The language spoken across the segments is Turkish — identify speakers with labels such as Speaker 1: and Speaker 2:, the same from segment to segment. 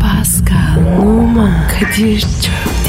Speaker 1: Pascal, Oman, Kadir çok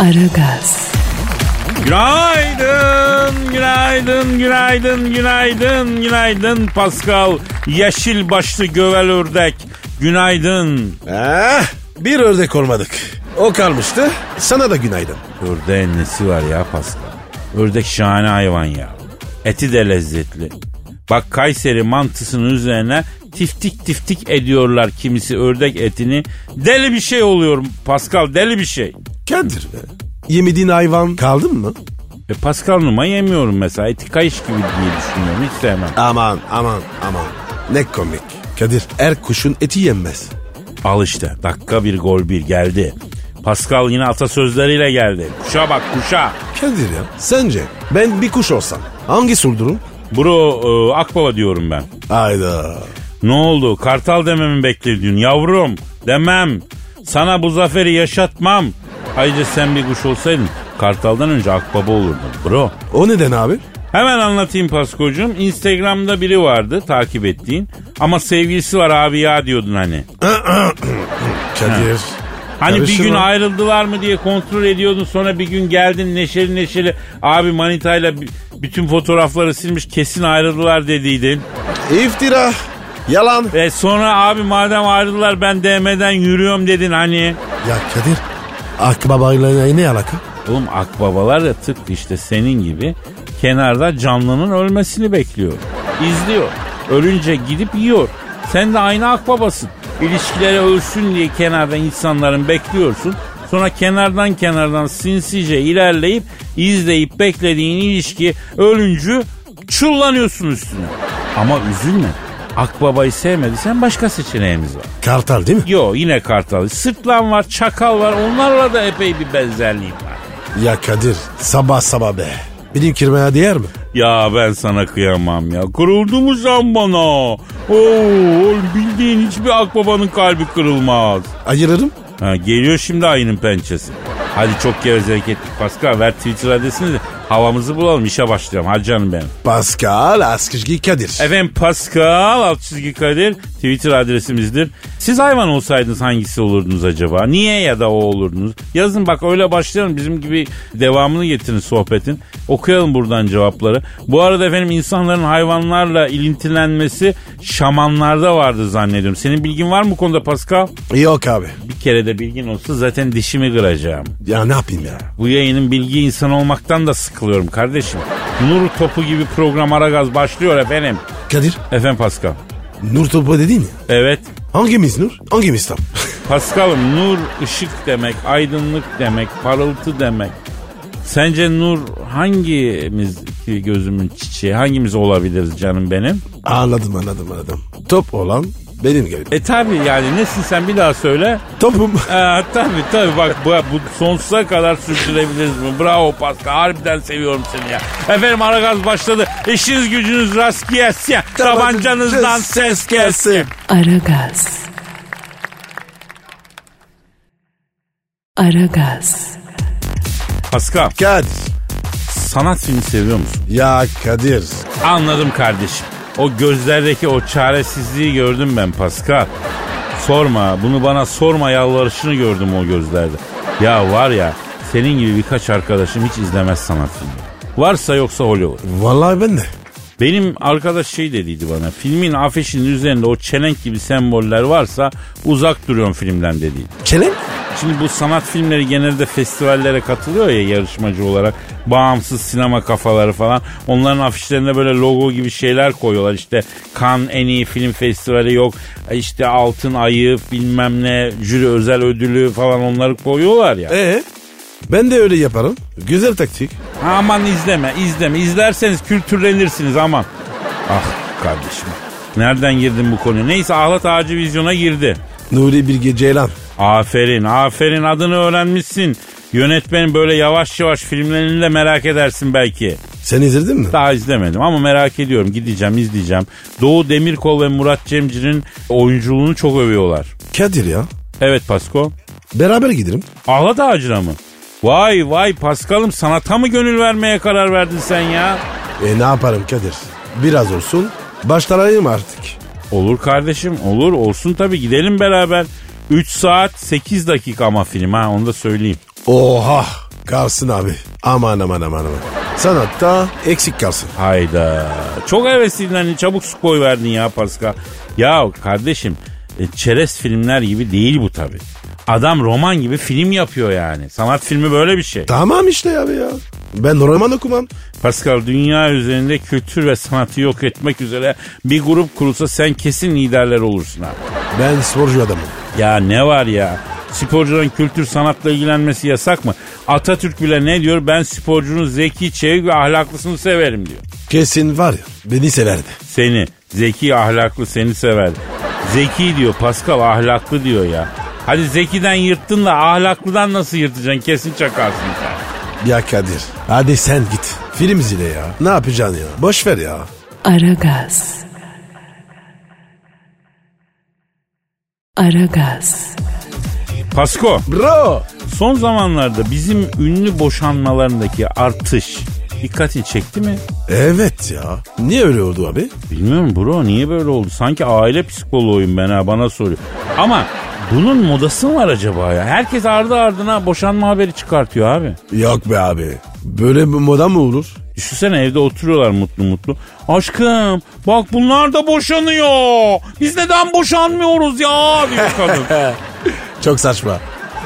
Speaker 1: Aragaz,
Speaker 2: Günaydın, günaydın, günaydın, günaydın, günaydın Pascal. Yeşil başlı gövel ördek. Günaydın.
Speaker 3: Eh, bir ördek olmadık. O kalmıştı. Sana da günaydın.
Speaker 2: Ördeğin nesi var ya Pascal? Ördek şahane hayvan ya. Eti de lezzetli. Bak Kayseri mantısının üzerine tiftik tiftik ediyorlar kimisi ördek etini. Deli bir şey oluyor Pascal deli bir şey.
Speaker 4: Kadir be. Yemediğin hayvan kaldı mı?
Speaker 2: E Pascal Numa yemiyorum mesela eti kayış gibi diye düşünüyorum hiç sevmem.
Speaker 4: Aman aman aman. Ne komik. Kadir er kuşun eti yenmez.
Speaker 2: Al işte dakika bir gol bir geldi. Pascal yine atasözleriyle geldi. Kuşa bak kuşa.
Speaker 4: Kadir ya sence ben bir kuş olsam hangi surdurum?
Speaker 2: Bro e, Akbaba diyorum ben.
Speaker 4: Hayda.
Speaker 2: Ne oldu kartal dememi bekliyordun yavrum demem. Sana bu zaferi yaşatmam. Ayrıca sen bir kuş olsaydın kartaldan önce akbaba olurdun bro.
Speaker 4: O neden abi?
Speaker 2: Hemen anlatayım Paskocuğum. Instagram'da biri vardı takip ettiğin. Ama sevgilisi var abi ya diyordun hani.
Speaker 4: Kadir.
Speaker 2: Hani
Speaker 4: Karışır
Speaker 2: bir gün
Speaker 4: mı?
Speaker 2: ayrıldılar mı diye kontrol ediyordun sonra bir gün geldin neşeli neşeli abi manitayla b- bütün fotoğrafları silmiş kesin ayrıldılar dediydin.
Speaker 4: İftira. Yalan.
Speaker 2: Ve sonra abi madem ayrıldılar ben DM'den yürüyorum dedin hani.
Speaker 4: Ya Kadir akbabayla ne alaka?
Speaker 2: Oğlum akbabalar da tıpkı işte senin gibi kenarda canlının ölmesini bekliyor. İzliyor. Ölünce gidip yiyor. Sen de aynı akbabasın. İlişkileri ölsün diye kenarda insanların bekliyorsun. Sonra kenardan kenardan sinsice ilerleyip izleyip beklediğin ilişki ölüncü çullanıyorsun üstüne. Ama üzülme. Akbabayı sevmediysen başka seçeneğimiz var.
Speaker 4: Kartal değil mi?
Speaker 2: Yo yine kartal. Sırtlan var, çakal var. Onlarla da epey bir benzerliğim var.
Speaker 4: Ya Kadir sabah sabah be. Benim kirmeye değer mi?
Speaker 2: Ya ben sana kıyamam ya. Kırıldı mı sen bana? Oo, oğlum bildiğin hiçbir akbabanın kalbi kırılmaz.
Speaker 4: Ayırırım.
Speaker 2: Ha, geliyor şimdi ayının pençesi. Hadi çok gevezelik ettik Pascal. Ver Twitter adresini de havamızı bulalım. işe başlayalım. Hadi canım benim.
Speaker 4: Pascal Askışgi Kadir.
Speaker 2: Efendim Pascal alt çizgi Kadir Twitter adresimizdir. Siz hayvan olsaydınız hangisi olurdunuz acaba? Niye ya da o olurdunuz? Yazın bak öyle başlayalım bizim gibi devamını getirin sohbetin. Okuyalım buradan cevapları. Bu arada efendim insanların hayvanlarla ilintilenmesi şamanlarda vardı zannediyorum. Senin bilgin var mı bu konuda Pascal?
Speaker 4: Yok abi.
Speaker 2: Bir kere de bilgin olsa zaten dişimi kıracağım.
Speaker 4: Ya ne yapayım ya?
Speaker 2: Bu yayının bilgi insanı olmaktan da sıkılıyorum kardeşim. Nur topu gibi program Aragaz başlıyor efendim.
Speaker 4: Kadir
Speaker 2: Efendim Pascal.
Speaker 4: Nur topu dedin ya.
Speaker 2: Evet.
Speaker 4: Hangimiz Nur? Hangimiz tam?
Speaker 2: Paskal'ım nur ışık demek, aydınlık demek, parıltı demek. Sence nur hangimiz ki gözümün çiçeği, hangimiz olabiliriz canım benim?
Speaker 4: anladım anladım anladım. Top olan benim gibi.
Speaker 2: E tabi yani nesin sen bir daha söyle.
Speaker 4: Topum.
Speaker 2: E, tabi tabi bak bu, bu sonsuza kadar sürdürebiliriz bunu. Bravo Pascal harbiden seviyorum seni ya. Efendim Aragaz başladı. İşiniz gücünüz rast gelsin. Tabancanızdan ses gelsin.
Speaker 1: Aragaz. Aragaz,
Speaker 2: Pascal
Speaker 4: Kadir.
Speaker 2: sanat filmi seviyor musun?
Speaker 4: Ya Kadir.
Speaker 2: Anladım kardeşim. O gözlerdeki o çaresizliği gördüm ben Pascal. Sorma bunu bana sorma yalvarışını gördüm o gözlerde. Ya var ya senin gibi birkaç arkadaşım hiç izlemez sanat filmi. Varsa yoksa Hollywood.
Speaker 4: Vallahi ben de.
Speaker 2: Benim arkadaş şey dediydi bana filmin afişinin üzerinde o çelenk gibi semboller varsa uzak duruyorum filmden dediydi.
Speaker 4: Çelenk?
Speaker 2: Şimdi bu sanat filmleri genelde festivallere katılıyor ya yarışmacı olarak. Bağımsız sinema kafaları falan. Onların afişlerine böyle logo gibi şeyler koyuyorlar. İşte Cannes en iyi film festivali yok. İşte altın ayı bilmem ne jüri özel ödülü falan onları koyuyorlar ya.
Speaker 4: Ee? Ben de öyle yaparım. Güzel taktik.
Speaker 2: Aman izleme izleme. İzlerseniz kültürlenirsiniz aman. Ah kardeşim. Nereden girdim bu konuya? Neyse Ahlat Ağacı vizyona girdi.
Speaker 4: Nuri Bilge Ceylan.
Speaker 2: Aferin aferin adını öğrenmişsin. Yönetmenin böyle yavaş yavaş filmlerini de merak edersin belki.
Speaker 4: Sen izledin mi?
Speaker 2: Daha izlemedim ama merak ediyorum gideceğim izleyeceğim. Doğu Demirkol ve Murat Cemcir'in oyunculuğunu çok övüyorlar.
Speaker 4: Kadir ya.
Speaker 2: Evet Pasko.
Speaker 4: Beraber gidelim.
Speaker 2: Ağla dağcına mı? Vay vay Paskal'ım sanata mı gönül vermeye karar verdin sen ya?
Speaker 4: E ne yaparım Kadir? Biraz olsun. Başlarayım artık.
Speaker 2: Olur kardeşim olur olsun tabii gidelim beraber. 3 saat 8 dakika ama film ha onu da söyleyeyim.
Speaker 4: Oha. Kalsın abi. Aman aman aman aman. Sanatta eksik kalsın.
Speaker 2: Hayda. Çok hevesliydin hani çabuk su koyuverdin ya Pascal. Ya kardeşim e, çerez filmler gibi değil bu tabii. Adam roman gibi film yapıyor yani. Sanat filmi böyle bir şey.
Speaker 4: Tamam işte abi ya. Ben roman okumam.
Speaker 2: Pascal dünya üzerinde kültür ve sanatı yok etmek üzere bir grup kurulsa sen kesin liderler olursun abi.
Speaker 4: Ben sporcu adamım.
Speaker 2: Ya ne var ya? Sporcuların kültür sanatla ilgilenmesi yasak mı? Atatürk bile ne diyor? Ben sporcunun zeki, çevik ve ahlaklısını severim diyor.
Speaker 4: Kesin var ya beni severdi.
Speaker 2: Seni, zeki, ahlaklı seni sever. Zeki diyor, Pascal ahlaklı diyor ya. Hadi zekiden yırttın da ahlaklıdan nasıl yırtacaksın? Kesin çakarsın sen.
Speaker 4: Ya Kadir hadi sen git. Film izle ya. Ne yapacaksın ya? Boş ver ya.
Speaker 1: Aragaz. Aragaz.
Speaker 2: Pasko,
Speaker 4: Bro.
Speaker 2: son zamanlarda bizim ünlü boşanmalarındaki artış dikkatini çekti mi?
Speaker 4: Evet ya. Niye öyle oldu abi?
Speaker 2: Bilmiyorum bro niye böyle oldu? Sanki aile psikoloğuyum ben ha bana soruyor. Ama bunun modası mı var acaba ya? Herkes ardı ardına boşanma haberi çıkartıyor abi.
Speaker 4: Yok be abi. Böyle bir moda mı olur?
Speaker 2: Düşünsene evde oturuyorlar mutlu mutlu. Aşkım bak bunlar da boşanıyor. Biz neden boşanmıyoruz ya diyor kadın.
Speaker 4: Çok saçma.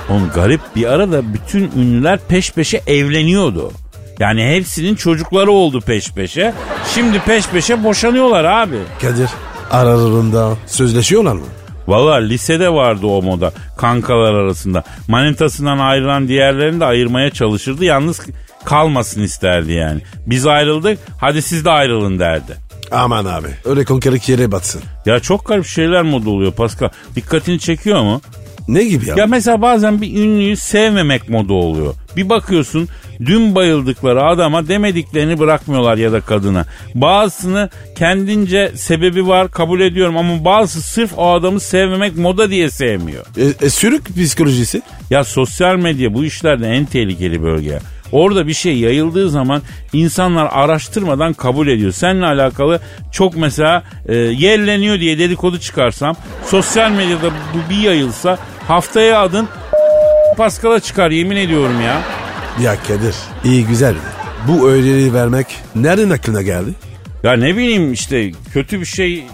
Speaker 2: Oğlum garip bir arada bütün ünlüler peş peşe evleniyordu. Yani hepsinin çocukları oldu peş peşe. Şimdi peş peşe boşanıyorlar abi.
Speaker 4: Kadir aralarında sözleşiyorlar mı?
Speaker 2: Valla lisede vardı o moda kankalar arasında. Manitasından ayrılan diğerlerini de ayırmaya çalışırdı. Yalnız kalmasın isterdi yani. Biz ayrıldık hadi siz de ayrılın derdi.
Speaker 4: Aman abi öyle konkerik yere batsın.
Speaker 2: Ya çok garip şeyler moda oluyor Pascal. Dikkatini çekiyor mu?
Speaker 4: Ne gibi ya?
Speaker 2: Ya mesela bazen bir ünlüyü sevmemek moda oluyor. Bir bakıyorsun dün bayıldıkları adama demediklerini bırakmıyorlar ya da kadına. Bazısını kendince sebebi var kabul ediyorum ama bazısı sırf o adamı sevmemek moda diye sevmiyor.
Speaker 4: E, e, sürük psikolojisi?
Speaker 2: Ya sosyal medya bu işlerde en tehlikeli bölge. Orada bir şey yayıldığı zaman insanlar araştırmadan kabul ediyor. Seninle alakalı çok mesela e, yerleniyor diye dedikodu çıkarsam sosyal medyada bu bir yayılsa haftaya adın Paskal'a çıkar yemin ediyorum ya.
Speaker 4: Ya Kadir iyi güzel. Bu öneriyi vermek nereden aklına geldi?
Speaker 2: Ya ne bileyim işte kötü bir şey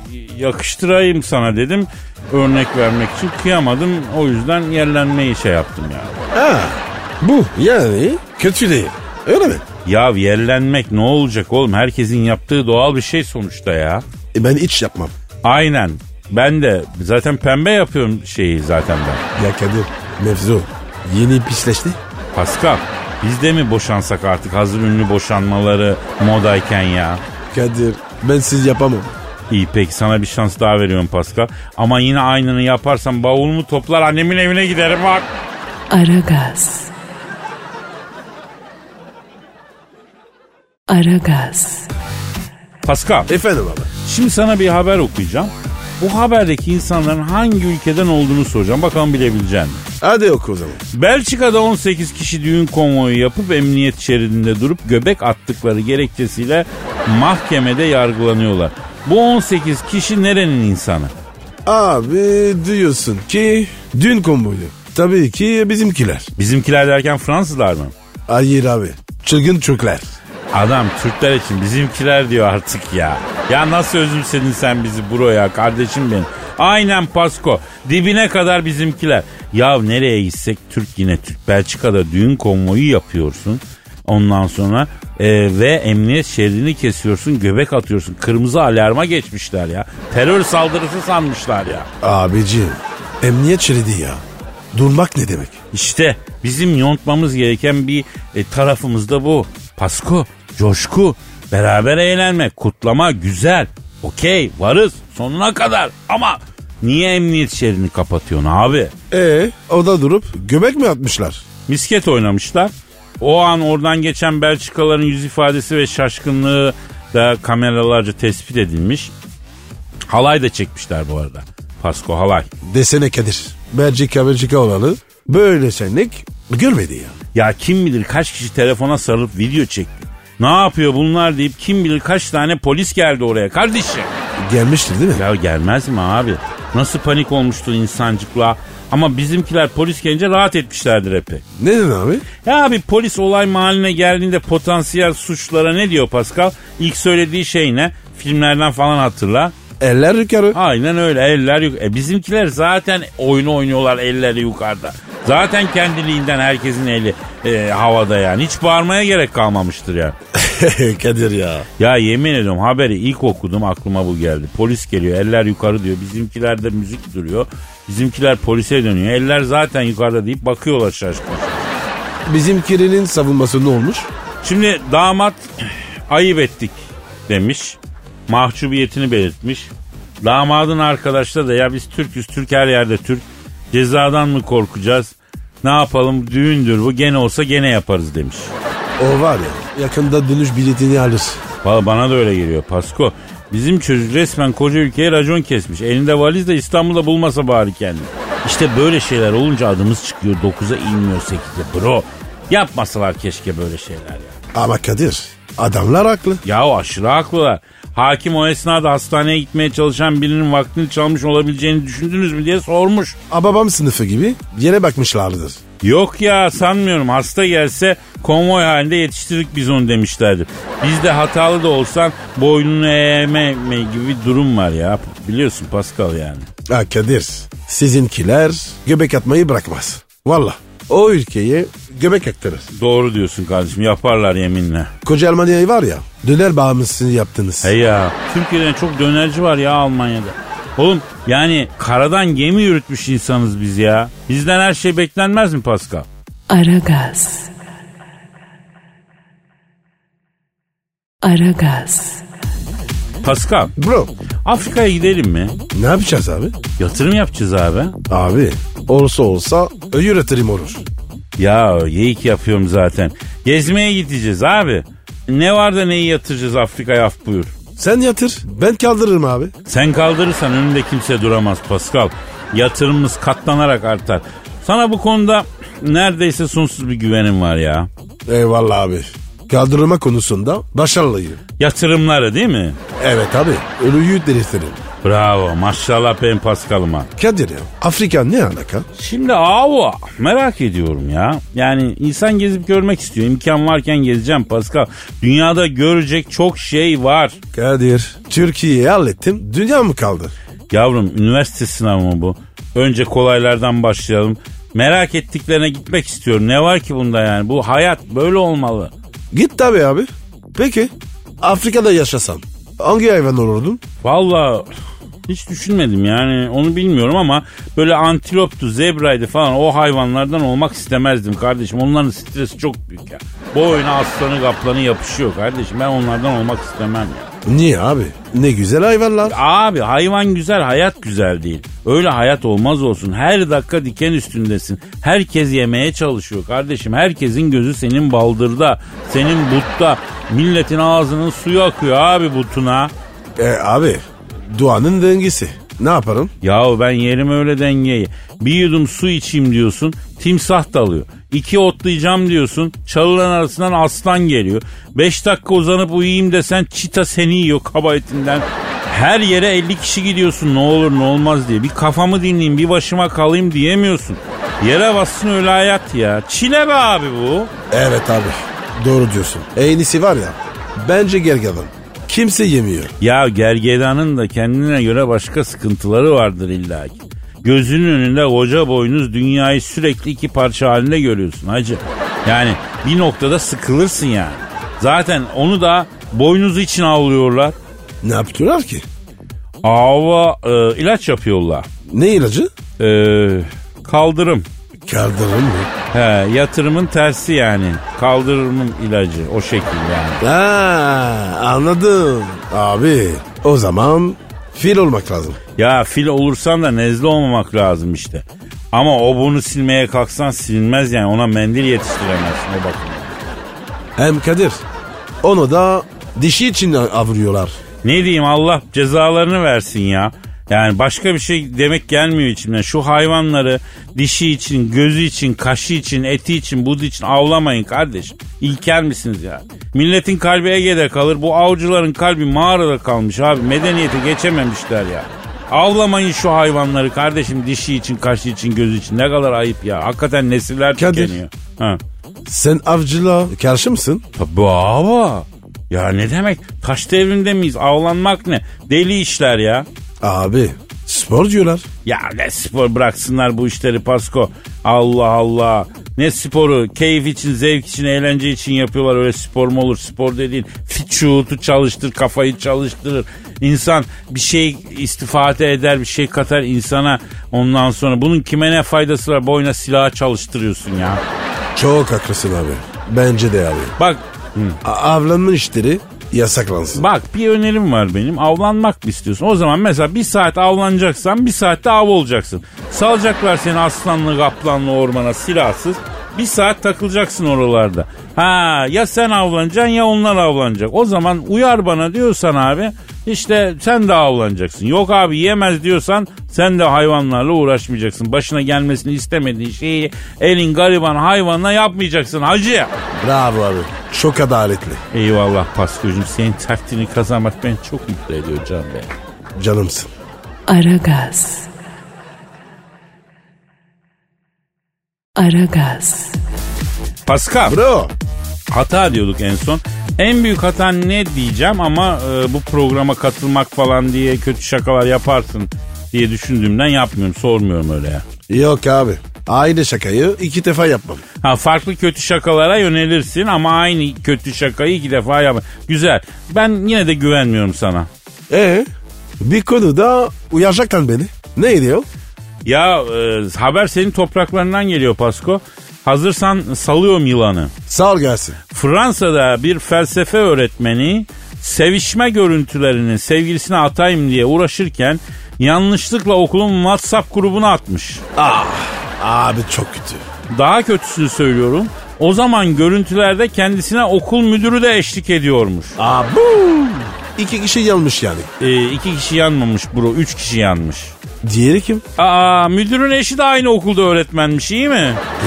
Speaker 2: yakıştırayım sana dedim. Örnek vermek için kıyamadım. O yüzden yerlenmeyi şey yaptım yani.
Speaker 4: Ha, bu yani kötü değil. Öyle mi?
Speaker 2: Ya yerlenmek ne olacak oğlum? Herkesin yaptığı doğal bir şey sonuçta ya.
Speaker 4: E, ben hiç yapmam.
Speaker 2: Aynen. Ben de zaten pembe yapıyorum şeyi zaten ben.
Speaker 4: Ya Kadir mevzu yeni pisleşti.
Speaker 2: Pascal biz de mi boşansak artık hazır ünlü boşanmaları modayken ya?
Speaker 4: Kadir ben siz yapamam.
Speaker 2: İyi peki sana bir şans daha veriyorum Pascal. Ama yine aynını yaparsam bavulumu toplar annemin evine giderim bak.
Speaker 1: Aragaz. Aragaz.
Speaker 2: Pascal
Speaker 4: Efendim abi.
Speaker 2: şimdi sana bir haber okuyacağım. Bu haberdeki insanların hangi ülkeden olduğunu soracağım. Bakalım bilebilecek misin?
Speaker 4: Hadi oku o zaman.
Speaker 2: Belçika'da 18 kişi düğün konvoyu yapıp emniyet şeridinde durup göbek attıkları gerekçesiyle mahkemede yargılanıyorlar. Bu 18 kişi nerenin insanı?
Speaker 4: Abi diyorsun ki dün komboyu. Tabii ki bizimkiler.
Speaker 2: Bizimkiler derken Fransızlar mı?
Speaker 4: Hayır abi. Çılgın Türkler.
Speaker 2: Adam Türkler için bizimkiler diyor artık ya. Ya nasıl özümsedin sen bizi bro ya kardeşim benim. Aynen Pasko. Dibine kadar bizimkiler. Ya nereye gitsek Türk yine Türk. Belçika'da düğün konvoyu yapıyorsun. Ondan sonra e, ve emniyet şeridini kesiyorsun göbek atıyorsun. Kırmızı alarma geçmişler ya. Terör saldırısı sanmışlar ya.
Speaker 4: Abicim emniyet şeridi ya. Durmak ne demek?
Speaker 2: İşte bizim yontmamız gereken bir e, tarafımız da bu. Pasko, coşku, beraber eğlenme, kutlama, güzel. Okey, varız sonuna kadar ama Niye emniyet şeridini kapatıyorsun abi?
Speaker 4: E o da durup göbek mi atmışlar?
Speaker 2: Misket oynamışlar. O an oradan geçen Belçikaların yüz ifadesi ve şaşkınlığı da kameralarca tespit edilmiş. Halay da çekmişler bu arada. Pasko halay.
Speaker 4: Desene Kadir. Belçika Belçika olanı böyle senlik görmedi ya.
Speaker 2: Ya kim bilir kaç kişi telefona sarılıp video çekti. Ne yapıyor bunlar deyip kim bilir kaç tane polis geldi oraya kardeşim.
Speaker 4: Gelmiştir değil mi?
Speaker 2: Ya gelmez mi abi? Nasıl panik olmuştur insancıkla. Ama bizimkiler polis gelince rahat etmişlerdir epey.
Speaker 4: Ne dedin abi?
Speaker 2: Ya abi polis olay mahalline geldiğinde potansiyel suçlara ne diyor Pascal? İlk söylediği şey ne? Filmlerden falan hatırla.
Speaker 4: Eller yukarı.
Speaker 2: Aynen öyle eller yuk. E bizimkiler zaten oyunu oynuyorlar elleri yukarıda. Zaten kendiliğinden herkesin eli e, havada yani. Hiç bağırmaya gerek kalmamıştır yani.
Speaker 4: Kadir ya.
Speaker 2: Ya yemin ediyorum haberi ilk okudum aklıma bu geldi. Polis geliyor eller yukarı diyor. Bizimkiler de müzik duruyor. Bizimkiler polise dönüyor. Eller zaten yukarıda deyip bakıyorlar şaşkın.
Speaker 4: Bizim kirinin savunması ne olmuş?
Speaker 2: Şimdi damat ayıp ettik demiş. Mahcubiyetini belirtmiş. Damadın arkadaşları da ya biz Türk'üz Türk her yerde Türk. Cezadan mı korkacağız? Ne yapalım düğündür bu gene olsa gene yaparız demiş.
Speaker 4: O var ya yakında dönüş biletini alır.
Speaker 2: Valla bana da öyle geliyor Pasko. Bizim çocuk resmen koca ülkeye racon kesmiş. Elinde valiz de İstanbul'da bulmasa bari kendini. İşte böyle şeyler olunca adımız çıkıyor 9'a inmiyor 8'e bro. Yapmasalar keşke böyle şeyler ya.
Speaker 4: Ama Kadir adamlar haklı.
Speaker 2: Ya aşırı haklılar. Hakim o esnada hastaneye gitmeye çalışan birinin vaktini çalmış olabileceğini düşündünüz mü diye sormuş.
Speaker 4: Ababam sınıfı gibi yere bakmışlardır.
Speaker 2: Yok ya sanmıyorum hasta gelse konvoy halinde yetiştirdik biz onu demişlerdi. Bizde hatalı da olsan boynunu eğme eğme gibi bir durum var ya. Biliyorsun Pascal yani.
Speaker 4: Ha Kadir sizinkiler göbek atmayı bırakmaz. Valla o ülkeye göbek aktarır.
Speaker 2: Doğru diyorsun kardeşim yaparlar yeminle.
Speaker 4: Koca Almanya'yı var ya döner bağımlısını yaptınız.
Speaker 2: He ya Türkiye'den çok dönerci var ya Almanya'da. Oğlum yani karadan gemi yürütmüş insanız biz ya. Bizden her şey beklenmez mi Pascal?
Speaker 1: Aragaz. Aragaz.
Speaker 2: Pascal
Speaker 4: Bro
Speaker 2: Afrika'ya gidelim mi?
Speaker 4: ne yapacağız abi?
Speaker 2: Yatırım yapacağız abi.
Speaker 4: Abi olsa olsa öğür yatırım olur.
Speaker 2: Ya geyik yapıyorum zaten. Gezmeye gideceğiz abi. Ne var da neyi yatıracağız Afrika'ya af buyur.
Speaker 4: Sen yatır ben kaldırırım abi.
Speaker 2: Sen kaldırırsan önünde kimse duramaz Pascal. Yatırımımız katlanarak artar. Sana bu konuda neredeyse sonsuz bir güvenim var ya.
Speaker 4: Eyvallah abi. Kaldırma konusunda başarılıyım.
Speaker 2: Yatırımları değil mi?
Speaker 4: Evet abi ölüyü delirtirim.
Speaker 2: Bravo maşallah ben Pascal'ıma.
Speaker 4: Kadir ya Afrika ne alaka?
Speaker 2: Şimdi ava merak ediyorum ya. Yani insan gezip görmek istiyor. İmkan varken gezeceğim Pascal. Dünyada görecek çok şey var.
Speaker 4: Kadir Türkiye'yi hallettim dünya mı kaldı?
Speaker 2: Yavrum üniversite sınavı mı bu? Önce kolaylardan başlayalım. Merak ettiklerine gitmek istiyorum. Ne var ki bunda yani? Bu hayat böyle olmalı.
Speaker 4: Git tabii abi. Peki Afrika'da yaşasan hangi hayvan olurdun?
Speaker 2: Vallahi hiç düşünmedim yani onu bilmiyorum ama böyle antiloptu, zebraydı falan o hayvanlardan olmak istemezdim kardeşim. Onların stresi çok büyük ya. Boyuna aslanı kaplanı yapışıyor kardeşim. Ben onlardan olmak istemem ya.
Speaker 4: Niye abi? Ne güzel hayvanlar.
Speaker 2: Abi hayvan güzel hayat güzel değil. Öyle hayat olmaz olsun. Her dakika diken üstündesin. Herkes yemeye çalışıyor kardeşim. Herkesin gözü senin baldırda, senin butta. Milletin ağzının suyu akıyor abi butuna.
Speaker 4: E abi duanın dengesi. Ne yaparım?
Speaker 2: Yahu ben yerim öyle dengeyi. Bir yudum su içeyim diyorsun timsah dalıyor. İki otlayacağım diyorsun çalıların arasından aslan geliyor. Beş dakika uzanıp uyuyayım desen çita seni yiyor kaba etinden. Her yere 50 kişi gidiyorsun ne olur ne olmaz diye. Bir kafamı dinleyeyim bir başıma kalayım diyemiyorsun. Yere bassın öyle hayat ya. Çile be abi bu.
Speaker 4: Evet abi doğru diyorsun. En iyisi var ya bence gergedan. Kimse yemiyor.
Speaker 2: Ya gergedanın da kendine göre başka sıkıntıları vardır illa ki. Gözünün önünde koca boynuz dünyayı sürekli iki parça halinde görüyorsun hacı. Yani bir noktada sıkılırsın yani. Zaten onu da boynuzu için avlıyorlar.
Speaker 4: Ne yapıyorlar ki?
Speaker 2: Ava e, ilaç yapıyorlar.
Speaker 4: Ne ilacı?
Speaker 2: E, kaldırım.
Speaker 4: Kaldırım mı?
Speaker 2: He, yatırımın tersi yani. Kaldırımın ilacı o şekil yani.
Speaker 4: Ha, anladım. Abi o zaman Fil olmak lazım.
Speaker 2: Ya fil olursan da nezle olmamak lazım işte. Ama o bunu silmeye kalksan silinmez yani ona mendil yetiştiremezsin o bakımdan.
Speaker 4: Hem Kadir. Onu da dişi için avruyorlar.
Speaker 2: Ne diyeyim Allah cezalarını versin ya. Yani başka bir şey demek gelmiyor içimden. Şu hayvanları dişi için, gözü için, kaşı için, eti için, budu için avlamayın kardeşim. İlker misiniz ya? Milletin kalbi Ege'de kalır. Bu avcıların kalbi mağarada kalmış abi. Medeniyete geçememişler ya. Avlamayın şu hayvanları kardeşim dişi için, kaşı için, gözü için. Ne kadar ayıp ya. Hakikaten nesiller
Speaker 4: Kadir.
Speaker 2: tükeniyor. Ha.
Speaker 4: Sen avcılığa karşı mısın?
Speaker 2: Tabii abi. Ya ne demek? Taş devrinde miyiz? Avlanmak ne? Deli işler ya.
Speaker 4: Abi spor diyorlar.
Speaker 2: Ya ne spor bıraksınlar bu işleri Pasko. Allah Allah. Ne sporu? Keyif için, zevk için, eğlence için yapıyorlar. Öyle spor mu olur? Spor dediğin fit şuutu çalıştır, kafayı çalıştırır. İnsan bir şey istifade eder, bir şey katar insana. Ondan sonra bunun kime ne faydası var? Boyuna silahı çalıştırıyorsun ya.
Speaker 4: Çok haklısın abi. Bence de abi.
Speaker 2: Bak hı.
Speaker 4: A- avlanma işleri yasaklansın.
Speaker 2: Bak bir önerim var benim. Avlanmak mı istiyorsun? O zaman mesela bir saat avlanacaksan bir saatte av olacaksın. Salacaklar seni aslanlı kaplanlı ormana silahsız. Bir saat takılacaksın oralarda. Ha ya sen avlanacaksın ya onlar avlanacak. O zaman uyar bana diyorsan abi işte sen de avlanacaksın. Yok abi yemez diyorsan sen de hayvanlarla uğraşmayacaksın. Başına gelmesini istemediğin şeyi elin gariban hayvanla yapmayacaksın hacı.
Speaker 4: Bravo abi. Çok adaletli.
Speaker 2: Eyvallah Paskocuğum senin takdirini kazanmak beni çok mutlu ediyor Can Bey.
Speaker 4: Canımsın.
Speaker 1: Aragaz. Aragaz.
Speaker 2: Pascal
Speaker 4: Bro.
Speaker 2: hata diyorduk en son. En büyük hata ne diyeceğim ama e, bu programa katılmak falan diye kötü şakalar yaparsın diye düşündüğümden yapmıyorum sormuyorum öyle ya.
Speaker 4: Yok abi. Aynı şakayı iki defa yapmam.
Speaker 2: Ha farklı kötü şakalara yönelirsin ama aynı kötü şakayı iki defa yap. Güzel. Ben yine de güvenmiyorum sana.
Speaker 4: E bir konuda uyaracaklar beni. Neydi o?
Speaker 2: Ya e, haber senin topraklarından geliyor Pasko. Hazırsan salıyorum yılanı.
Speaker 4: Sağ ol gelsin.
Speaker 2: Fransa'da bir felsefe öğretmeni sevişme görüntülerini sevgilisine atayım diye uğraşırken yanlışlıkla okulun WhatsApp grubuna atmış.
Speaker 4: Ah, abi çok kötü.
Speaker 2: Daha kötüsünü söylüyorum. O zaman görüntülerde kendisine okul müdürü de eşlik ediyormuş.
Speaker 4: Abu. İki kişi yanmış yani.
Speaker 2: Ee, iki kişi yanmamış bro, üç kişi yanmış.
Speaker 4: Diğeri kim?
Speaker 2: Aa müdürün eşi de aynı okulda öğretmenmiş iyi mi?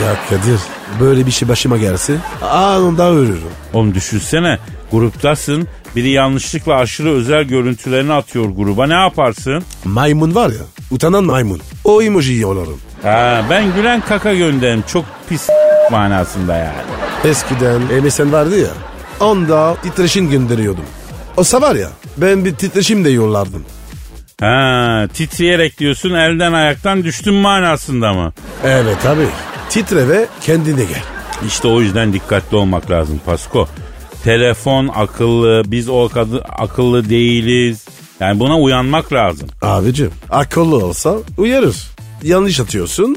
Speaker 4: Ya Kadir böyle bir şey başıma gelse anında ölürüm.
Speaker 2: Oğlum düşünsene gruptasın biri yanlışlıkla aşırı özel görüntülerini atıyor gruba ne yaparsın?
Speaker 4: Maymun var ya utanan maymun. O emojiyi olurum.
Speaker 2: Ha, ben gülen kaka gönderim. Çok pis manasında yani.
Speaker 4: Eskiden MSN vardı ya. Onda titreşim gönderiyordum. Olsa var ya ben bir titreşim de yollardım.
Speaker 2: Ha, titreyerek diyorsun elden ayaktan düştün manasında mı?
Speaker 4: Evet abi. Titre ve kendine gel.
Speaker 2: İşte o yüzden dikkatli olmak lazım Pasko. Telefon akıllı, biz o kadı, akıllı değiliz. Yani buna uyanmak lazım.
Speaker 4: Abicim akıllı olsa uyarır. Yanlış atıyorsun.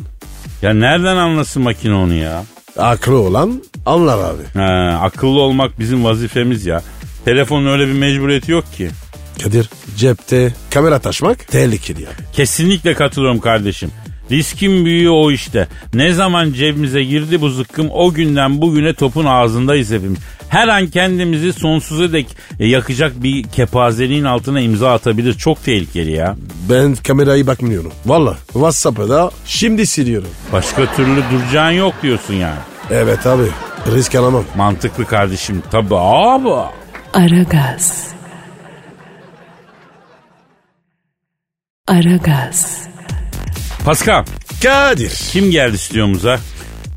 Speaker 2: Ya nereden anlasın makine onu ya?
Speaker 4: Aklı olan anlar abi.
Speaker 2: Ha, akıllı olmak bizim vazifemiz ya. Telefonun öyle bir mecburiyeti yok ki.
Speaker 4: Kadir cepte kamera taşmak tehlikeli yani.
Speaker 2: Kesinlikle katılıyorum kardeşim. Riskin büyüğü o işte. Ne zaman cebimize girdi bu zıkkım o günden bugüne topun ağzındayız hepimiz. Her an kendimizi sonsuza dek e, yakacak bir kepazeliğin altına imza atabilir. Çok tehlikeli ya.
Speaker 4: Ben kamerayı bakmıyorum. Valla WhatsApp'a da şimdi siliyorum.
Speaker 2: Başka türlü duracağın yok diyorsun yani.
Speaker 4: Evet abi risk alamam.
Speaker 2: Mantıklı kardeşim. Tabii abi.
Speaker 1: Aragaz. Aragaz.
Speaker 2: Pascal
Speaker 4: Kadir.
Speaker 2: kim geldi stüdyomuza?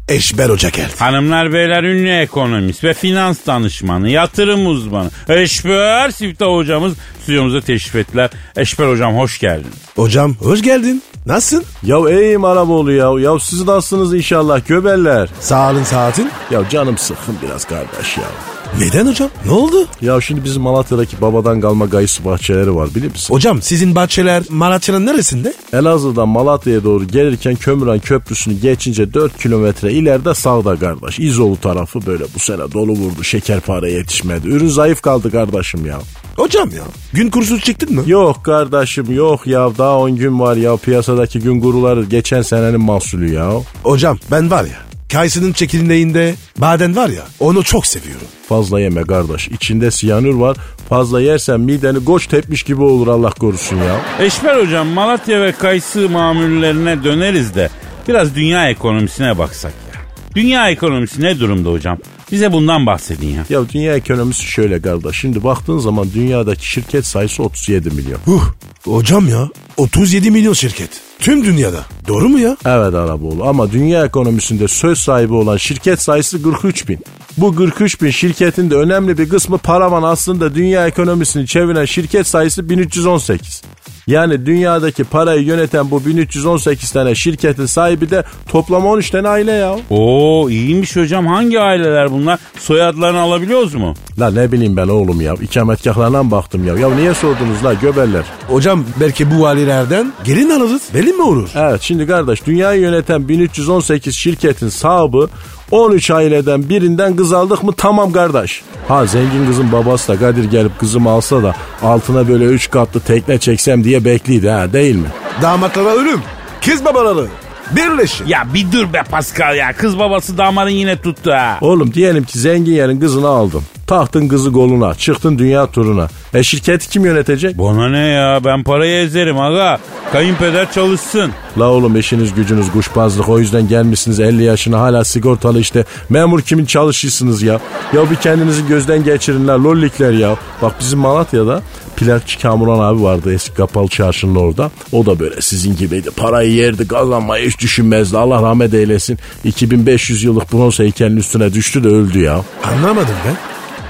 Speaker 4: Eşber Hoca geldi.
Speaker 2: Hanımlar beyler ünlü ekonomist ve finans danışmanı, yatırım uzmanı Eşber Siftah hocamız stüdyomuza teşrif ettiler. Eşber hocam hoş geldin.
Speaker 4: Hocam hoş geldin. Nasılsın?
Speaker 5: Ya ey Araboğlu ya. Ya siz nasılsınız inşallah göberler.
Speaker 4: Sağ olun saatin.
Speaker 5: Ya canım sıkkın biraz kardeş ya.
Speaker 4: Neden hocam? Ne oldu?
Speaker 5: Ya şimdi bizim Malatya'daki babadan kalma gayısı bahçeleri var bilir misin?
Speaker 4: Hocam sizin bahçeler Malatya'nın neresinde?
Speaker 5: Elazığ'dan Malatya'ya doğru gelirken Kömüren Köprüsü'nü geçince 4 kilometre ileride sağda kardeş. İzolu tarafı böyle bu sene dolu vurdu şekerpare yetişmedi. Ürün zayıf kaldı kardeşim ya.
Speaker 4: Hocam ya gün kursu çektin mi?
Speaker 5: Yok kardeşim yok ya daha 10 gün var ya piyasadaki gün guruları geçen senenin mahsulü ya.
Speaker 4: Hocam ben var ya Kayısının çekirdeğinde baden var ya onu çok seviyorum.
Speaker 5: Fazla yeme kardeş içinde siyanür var fazla yersen mideni goç tepmiş gibi olur Allah korusun ya.
Speaker 2: Eşber hocam Malatya ve Kayısı mamullerine döneriz de biraz dünya ekonomisine baksak ya. Dünya ekonomisi ne durumda hocam? Bize bundan bahsedin ya.
Speaker 5: Ya dünya ekonomisi şöyle kardeş şimdi baktığın zaman dünyadaki şirket sayısı 37 milyon.
Speaker 4: Huh hocam ya 37 milyon şirket tüm dünyada doğru mu ya?
Speaker 5: Evet Araboğlu ama dünya ekonomisinde söz sahibi olan şirket sayısı 43 bin. Bu 43 bin şirketin de önemli bir kısmı paravan aslında dünya ekonomisini çeviren şirket sayısı 1318. Yani dünyadaki parayı yöneten bu 1318 tane şirketin sahibi de toplam 13 tane aile ya.
Speaker 2: Oo iyiymiş hocam hangi aileler bunlar? Soyadlarını alabiliyoruz mu?
Speaker 5: La ne bileyim ben oğlum ya. İkametgahlarına mı baktım ya? Ya niye sordunuz la göberler?
Speaker 4: Hocam belki bu ailelerden gelin alırız belli mi olur?
Speaker 5: Evet şimdi kardeş dünyayı yöneten 1318 şirketin sahibi 13 aileden birinden kız aldık mı tamam kardeş. Ha zengin kızın babası da Kadir gelip kızımı alsa da altına böyle 3 katlı tekne çeksem diye bekliydi ha değil mi?
Speaker 4: Damatlara ölüm kız babaları birleşin.
Speaker 2: Ya bir dur be Pascal ya kız babası damadın yine tuttu ha.
Speaker 5: Oğlum diyelim ki zengin yerin kızını aldın. Tahtın kızı koluna, çıktın dünya turuna. E şirketi kim yönetecek?
Speaker 2: Bana ne ya ben parayı ezerim aga. Kayınpeder çalışsın.
Speaker 5: La oğlum işiniz gücünüz kuşbazlık o yüzden gelmişsiniz 50 yaşına hala sigortalı işte memur kimin çalışıyorsunuz ya. Ya bir kendinizi gözden geçirin la lollikler ya. Bak bizim Malatya'da plakçı Kamuran abi vardı eski kapalı çarşının orada. O da böyle sizin gibiydi parayı yerdi kazanmayı hiç düşünmezdi Allah rahmet eylesin. 2500 yıllık bronz heykelin üstüne düştü de öldü ya.
Speaker 4: Anlamadım ben.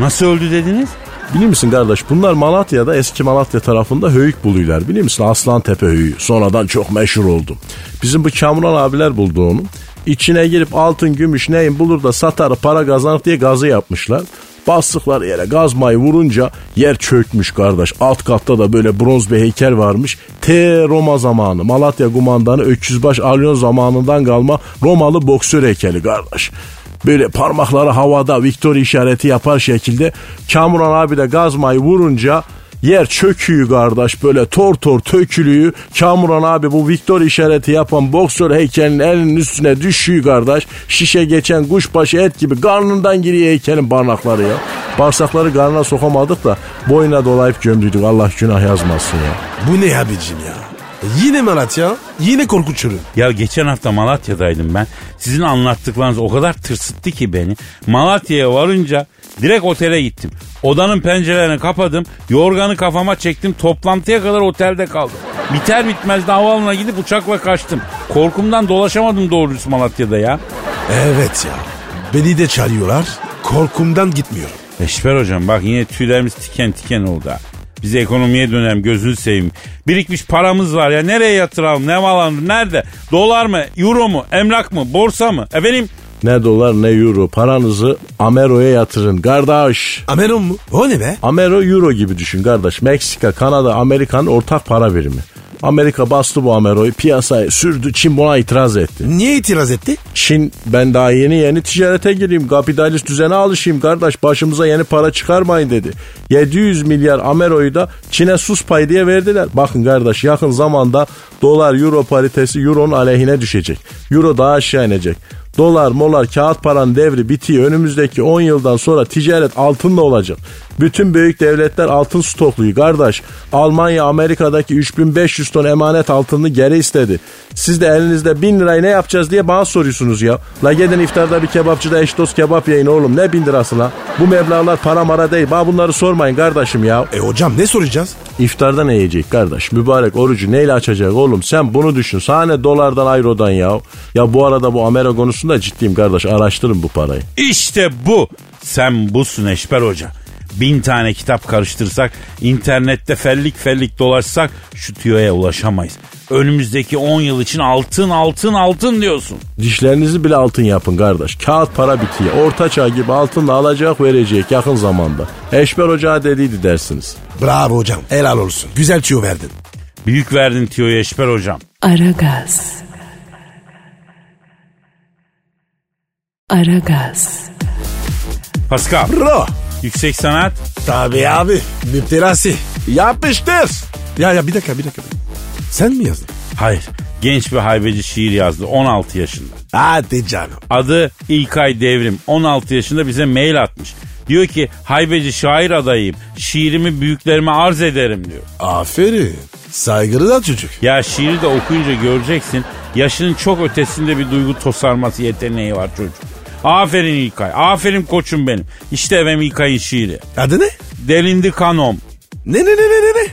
Speaker 2: Nasıl öldü dediniz?
Speaker 5: Bilir misin kardeş bunlar Malatya'da eski Malatya tarafında höyük buluyorlar. Bilir misin Aslantepe höyüğü sonradan çok meşhur oldu. Bizim bu Kamuran abiler buldu onu. İçine girip altın gümüş neyin bulur da satar para kazanır diye gazı yapmışlar. Bastıkları yere gazmayı vurunca yer çökmüş kardeş. Alt katta da böyle bronz bir heykel varmış. T Roma zamanı Malatya kumandanı Öküzbaş Alyon zamanından kalma Romalı boksör heykeli kardeş. Böyle parmakları havada Victoria işareti yapar şekilde Kamuran abi de gazmayı vurunca yer çöküyü kardeş böyle tor tor tökülüyü Kamuran abi bu Victoria işareti yapan boksör heykelinin elinin üstüne düşüyü kardeş şişe geçen kuşbaşı et gibi karnından giriyor heykelin barnakları ya bağırsakları karnına sokamadık da boyuna dolayıp gömdüydük Allah günah yazmasın ya
Speaker 4: Bu ne abicim ya? Yine Malatya yine korkunç ürün.
Speaker 2: Ya geçen hafta Malatya'daydım ben. Sizin anlattıklarınız o kadar tırsıttı ki beni. Malatya'ya varınca direkt otele gittim. Odanın pencerelerini kapadım. Yorganı kafama çektim. Toplantıya kadar otelde kaldım. Biter bitmez de havaalanına gidip uçakla kaçtım. Korkumdan dolaşamadım doğrusu Malatya'da ya.
Speaker 4: Evet ya beni de çağırıyorlar korkumdan gitmiyorum.
Speaker 2: Eşber E, hocam bak yine tüylerimiz tiken tiken oldu ha. Biz ekonomiye dönem gözünü seveyim. Birikmiş paramız var ya nereye yatıralım ne malanır nerede? Dolar mı euro mu emlak mı borsa mı? Efendim
Speaker 5: ne dolar ne euro paranızı Amero'ya yatırın kardeş
Speaker 4: Ameron mu? O ne be?
Speaker 5: Amero Euro gibi düşün kardeş. Meksika, Kanada, Amerika'nın ortak para birimi. Amerika bastı bu Amero'yu piyasaya sürdü. Çin buna itiraz etti.
Speaker 4: Niye itiraz etti?
Speaker 5: Çin ben daha yeni yeni ticarete gireyim. Kapitalist düzene alışayım kardeş. Başımıza yeni para çıkarmayın dedi. 700 milyar Amero'yu da Çin'e sus payı diye verdiler. Bakın kardeş yakın zamanda dolar euro paritesi euronun aleyhine düşecek. Euro daha aşağı inecek. Dolar, molar, kağıt paranın devri bitiyor. Önümüzdeki 10 yıldan sonra ticaret altınla olacak. Bütün büyük devletler altın stokluyu kardeş. Almanya Amerika'daki 3500 ton emanet altını geri istedi. Siz de elinizde 1000 lirayı ne yapacağız diye bana soruyorsunuz ya. La gidin iftarda bir kebapçıda eş dost kebap yiyin oğlum ne 1000 lirası la. Bu meblağlar para mara değil bana bunları sormayın kardeşim ya.
Speaker 4: E hocam ne soracağız?
Speaker 5: İftarda ne yiyecek kardeş? Mübarek orucu neyle açacak oğlum? Sen bunu düşün. Sahne dolardan ayrodan ya. Ya bu arada bu Amera konusunda ciddiyim kardeş. Araştırın bu parayı.
Speaker 2: İşte bu. Sen busun Eşber Hoca. Bin tane kitap karıştırsak, internette fellik fellik dolaşsak şu tüyoya ulaşamayız. Önümüzdeki 10 yıl için altın altın altın diyorsun.
Speaker 5: Dişlerinizi bile altın yapın kardeş. Kağıt para bitiyor. Orta çağ gibi altınla alacak verecek yakın zamanda. Eşber ocağı dediydi dersiniz.
Speaker 4: Bravo hocam. Helal olsun. Güzel tüyo verdin.
Speaker 2: Büyük verdin Tiyo'ya Eşber hocam.
Speaker 1: Aragaz. Aragaz.
Speaker 2: Pascal,
Speaker 4: Bro.
Speaker 2: yüksek sanat.
Speaker 4: Tabii abi. Müptelası. Yapmıştır. Ya ya bir dakika bir dakika. Sen mi yazdın?
Speaker 2: Hayır, genç bir haybeci şiir yazdı 16 yaşında.
Speaker 4: Hadi canım.
Speaker 2: Adı İlkay Devrim. 16 yaşında bize mail atmış. Diyor ki haybeci şair adayıyım. Şiirimi büyüklerime arz ederim diyor.
Speaker 4: Aferin. Saygılı da çocuk.
Speaker 2: Ya şiiri de okuyunca göreceksin. Yaşının çok ötesinde bir duygu tosarması yeteneği var çocuk. Aferin İlkay. Aferin koçum benim. İşte efendim İlkay'ın şiiri.
Speaker 4: Adı ne?
Speaker 2: Delindi kanom.
Speaker 4: Ne ne ne ne ne ne?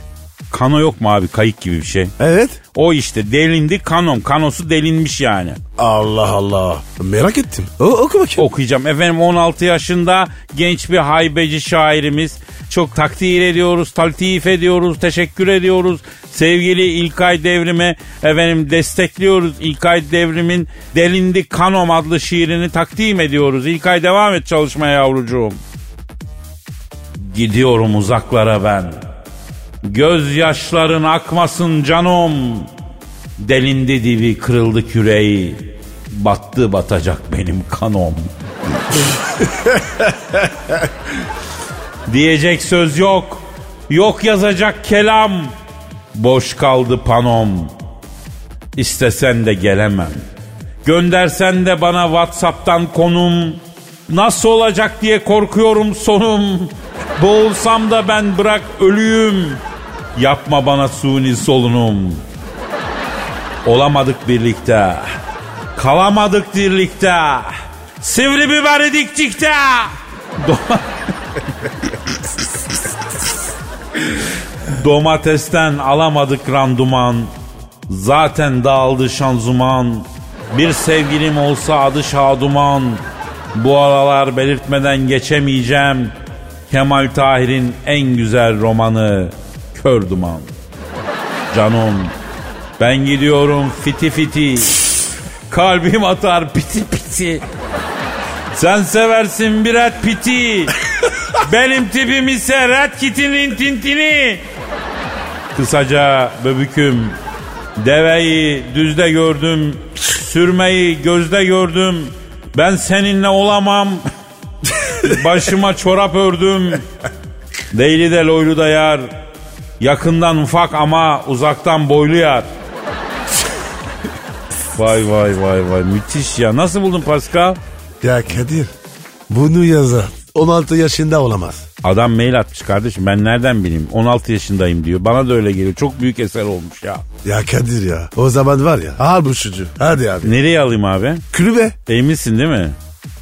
Speaker 2: Kano yok mu abi kayık gibi bir şey.
Speaker 4: Evet.
Speaker 2: O işte delindi kanom. Kanosu delinmiş yani.
Speaker 4: Allah Allah. Merak ettim. O, oku bakayım.
Speaker 2: okuyacağım. Efendim 16 yaşında genç bir haybeci şairimiz. Çok takdir ediyoruz, taltif ediyoruz, teşekkür ediyoruz. Sevgili İlkay Devrim'e efendim destekliyoruz. İlkay Devrim'in Delindi Kanom adlı şiirini takdim ediyoruz. İlkay devam et çalışmaya yavrucuğum. Gidiyorum uzaklara ben. Gözyaşların akmasın canım. Delindi dibi kırıldı küreği. Battı batacak benim kanom. Diyecek söz yok. Yok yazacak kelam. Boş kaldı panom. İstesen de gelemem. Göndersen de bana Whatsapp'tan konum. Nasıl olacak diye korkuyorum sonum. Boğulsam da ben bırak ölüyüm. Yapma bana suni solunum. Olamadık birlikte. Kalamadık dirlikte. Sivri biberi diktikte. Doma- Domatesten alamadık randuman. Zaten dağıldı şanzuman. Bir sevgilim olsa adı Şaduman. Bu aralar belirtmeden geçemeyeceğim. Kemal Tahir'in en güzel romanı Kör Duman. Canım ben gidiyorum fiti fiti. Kalbim atar piti piti. Sen seversin biret piti. Benim tipim ise red kitinin tintini. Kısaca böbüküm. Deveyi düzde gördüm. Sürmeyi gözde gördüm. Ben seninle olamam. Başıma çorap ördüm. Leyli de loylu da yar. Yakından ufak ama uzaktan boylu yar. Vay vay vay vay müthiş ya. Nasıl buldun Pascal?
Speaker 4: Ya Kadir. Bunu yazan 16 yaşında olamaz.
Speaker 2: Adam mail atmış kardeşim ben nereden bileyim 16 yaşındayım diyor. Bana da öyle geliyor. Çok büyük eser olmuş ya.
Speaker 4: Ya Kadir ya. O zaman var ya. Al bu çocuğu. Hadi abi.
Speaker 2: Nereye alayım abi?
Speaker 4: Kulübe.
Speaker 2: Eminsin değil mi?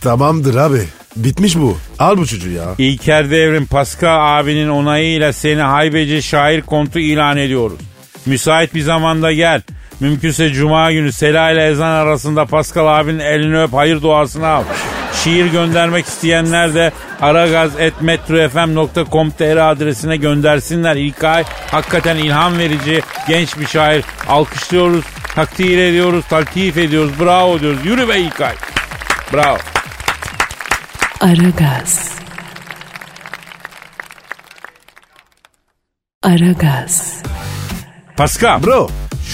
Speaker 4: Tamamdır abi. Bitmiş bu. Al bu çocuğu ya.
Speaker 2: İlker Devrim Pascal abinin onayıyla seni haybeci şair kontu ilan ediyoruz. Müsait bir zamanda gel. Mümkünse cuma günü Sela ile ezan arasında Pascal abinin elini öp hayır duasını al. Şiir göndermek isteyenler de aragaz.metrofm.com.tr adresine göndersinler. İlkay hakikaten ilham verici genç bir şair. Alkışlıyoruz, takdir ediyoruz, taltif ediyoruz, bravo diyoruz. Yürü be İlkay. Bravo.
Speaker 1: Aragaz. Aragaz.
Speaker 2: Pascal.
Speaker 4: Bro.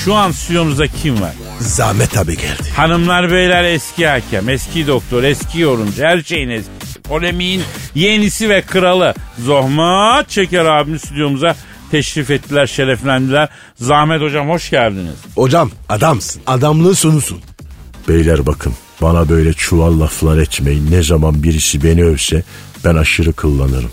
Speaker 2: Şu an stüdyomuzda kim var?
Speaker 4: Zahmet abi geldi.
Speaker 2: Hanımlar beyler eski hakem, eski doktor, eski yorumcu, her şeyin eski. Polemiğin yenisi ve kralı Zohmat Çeker abimiz stüdyomuza teşrif ettiler, şereflendiler. Zahmet hocam hoş geldiniz.
Speaker 4: Hocam adamsın. Adamlığı sunusun.
Speaker 5: Beyler bakın bana böyle çuval laflar etmeyin. Ne zaman birisi beni övse ben aşırı kıllanırım.